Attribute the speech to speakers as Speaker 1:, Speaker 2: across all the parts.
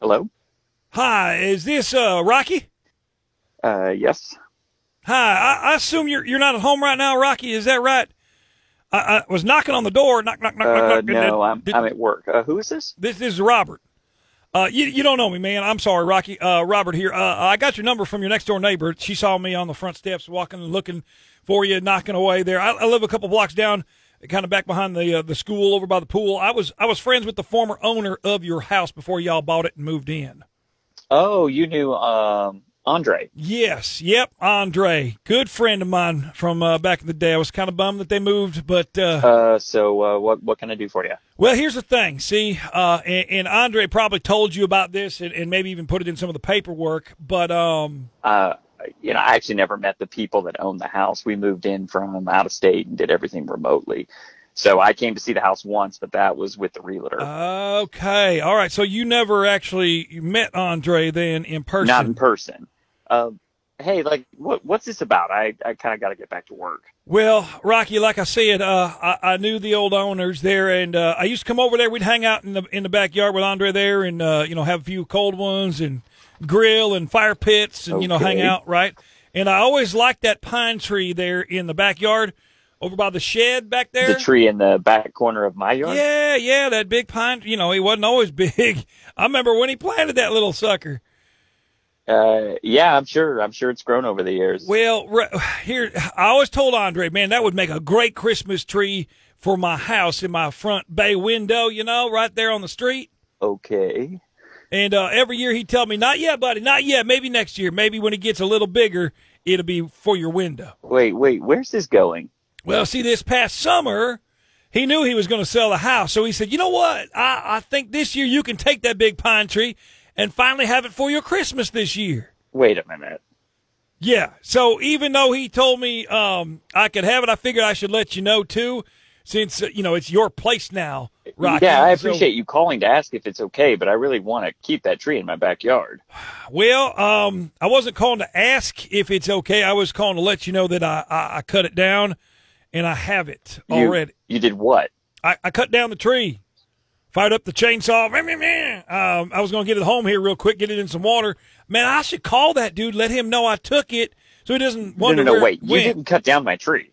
Speaker 1: Hello.
Speaker 2: Hi, is this uh, Rocky?
Speaker 1: Uh, yes.
Speaker 2: Hi, I, I assume you're you're not at home right now, Rocky. Is that right? I, I was knocking on the door. Knock, knock, knock, knock,
Speaker 1: Uh,
Speaker 2: knock.
Speaker 1: no, I'm
Speaker 2: Oh Did-
Speaker 1: I'm at work. Uh, who is this?
Speaker 2: This, this is Robert. Uh, you, you don't know me, man. I'm sorry, Rocky. Uh, Robert here. Uh, I got your number from your next door neighbor. She saw me on the front steps walking and looking for you, knocking away there. I, I live a couple blocks down, kind of back behind the uh, the school over by the pool. I was I was friends with the former owner of your house before y'all bought it and moved in.
Speaker 1: Oh, you knew um Andre.
Speaker 2: Yes, yep, Andre, good friend of mine from uh, back in the day. I was kind of bummed that they moved, but uh,
Speaker 1: Uh, so uh, what what can I do for you?
Speaker 2: Well, here's the thing. See, uh, and, and Andre probably told you about this, and, and maybe even put it in some of the paperwork. But um,
Speaker 1: Uh, you know, I actually never met the people that owned the house. We moved in from out of state and did everything remotely. So I came to see the house once, but that was with the realtor.
Speaker 2: Uh, okay, all right. So you never actually met Andre then in person.
Speaker 1: Not in person. Uh, hey, like, what what's this about? I, I kind of got to get back to work.
Speaker 2: well, Rocky, like I said, uh, I, I knew the old owners there, and uh, I used to come over there. We'd hang out in the in the backyard with Andre there, and uh, you know have a few cold ones and grill and fire pits, and you know hang
Speaker 1: Okay.
Speaker 2: out right. And I always liked that pine tree there in the backyard, over by the shed back there.
Speaker 1: The tree in the back corner of my yard.
Speaker 2: Yeah, yeah, that big pine. You know, he wasn't always big. I remember when he planted that little sucker.
Speaker 1: Uh, yeah, I'm sure. I'm sure it's grown over the years.
Speaker 2: Well, re- here I always told Andre, man, that would make a great Christmas tree for my house in my front bay window. You know, right there on the street.
Speaker 1: okay.
Speaker 2: And uh, every year he'd tell me, "Not yet, buddy. Not yet. Maybe next year. Maybe when it gets a little bigger, it'll be for your window."
Speaker 1: Wait, wait. Where's this going?
Speaker 2: Well, see, this past summer, he knew he was going to sell the house. So he said, you know what? I, I think this year you can take that big pine tree and finally have it for your Christmas this year.
Speaker 1: Wait a minute.
Speaker 2: Yeah. So even though he told me um, I could have it, I figured I should let you know too, since, uh, you know, it's your place now, Rocky.
Speaker 1: Yeah, I
Speaker 2: So-
Speaker 1: appreciate you calling to ask if it's okay, but I really want to keep that tree in my backyard.
Speaker 2: Well, um, I wasn't calling to ask if it's okay. I was calling to let you know that I, I, I cut it down and I have it
Speaker 1: You,
Speaker 2: already.
Speaker 1: You did what?
Speaker 2: I, I cut down the tree, fired up the chainsaw. meh, meh, meh. Um, I was going to get it home here real quick, get it in some water. Man, I should call that dude, let him know I took it so he doesn't
Speaker 1: No,
Speaker 2: wonder
Speaker 1: no, no.
Speaker 2: where
Speaker 1: Wait.
Speaker 2: it
Speaker 1: You
Speaker 2: went.
Speaker 1: didn't cut down my tree.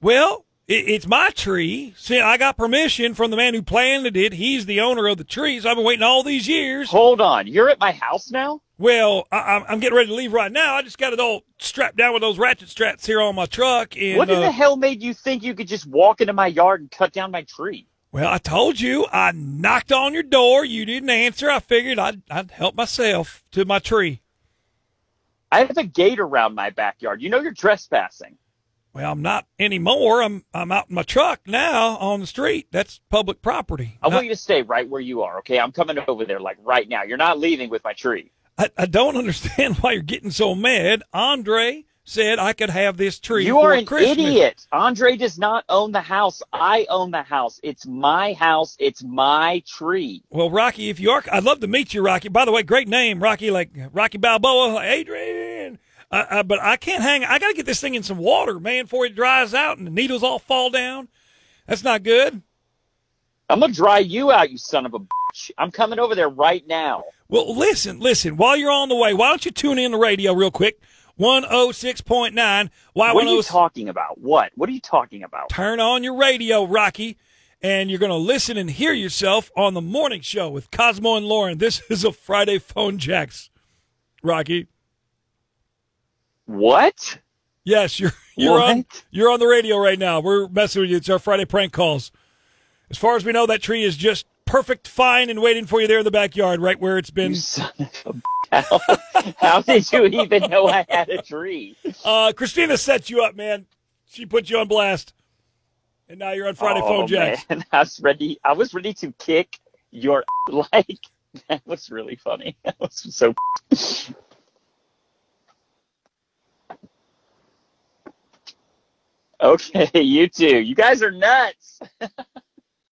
Speaker 2: Well, it, it's my tree. See, I got permission from the man who planted it. He's the owner of the tree, so I've been waiting all these years.
Speaker 1: Hold on. You're at my house now.
Speaker 2: Well, I, I'm- I'm getting ready to leave right now. I just got it all strapped down with those ratchet straps here on my truck. And,
Speaker 1: what in
Speaker 2: uh,
Speaker 1: the hell made you think you could just walk into my yard and cut down my tree?
Speaker 2: Well, I told you, I knocked on your door. You didn't answer. I figured I'd, I'd help myself to my tree.
Speaker 1: I have a gate around my backyard. You know you're trespassing.
Speaker 2: Well, I'm not anymore. I'm I'm out in my truck now on the street. That's public property.
Speaker 1: I
Speaker 2: Not-
Speaker 1: want you to stay right where you are, okay? I'm coming over there like right now. You're not leaving with my tree.
Speaker 2: I, I don't understand why you're getting so mad. Andre said I could have this tree.
Speaker 1: You
Speaker 2: for
Speaker 1: are an
Speaker 2: Christmas.
Speaker 1: idiot. Andre does not own the house. I own the house. It's my house. It's my tree.
Speaker 2: Well, Rocky, if you are, I'd love to meet you, Rocky. By the way, great name, Rocky, like Rocky Balboa, like Adrian. Uh, uh, but I can't hang. I got to get this thing in some water, man, before it dries out and the needles all fall down. That's not good.
Speaker 1: I'm gonna dry you out, you son of a bitch. I'm coming over there right now.
Speaker 2: Well, listen, listen. While you're on the way, why don't you tune in the radio real quick? 106.9. Why
Speaker 1: What are you
Speaker 2: 106?
Speaker 1: talking about? What? What are you talking about?
Speaker 2: Turn on your radio, Rocky, and you're going to listen and hear yourself on the morning show with Cosmo and Lauren. This is a Friday Phone Jacks, Rocky.
Speaker 1: What?
Speaker 2: Yes, you're you're on
Speaker 1: What?
Speaker 2: you're on the radio right now. We're messing with you. It's our Friday prank calls. As far as we know, that tree is just perfect, fine, and waiting for you there in the backyard, right where it's been.
Speaker 1: You son of a bitch. How, how did you even know I had a tree?
Speaker 2: Uh, Christina set you up, man. She put you on blast, and now you're on Friday
Speaker 1: oh,
Speaker 2: Phone Jacks.
Speaker 1: Man. I was ready. I was ready to kick your like. That was really funny. That was so. okay, you two. You guys are nuts.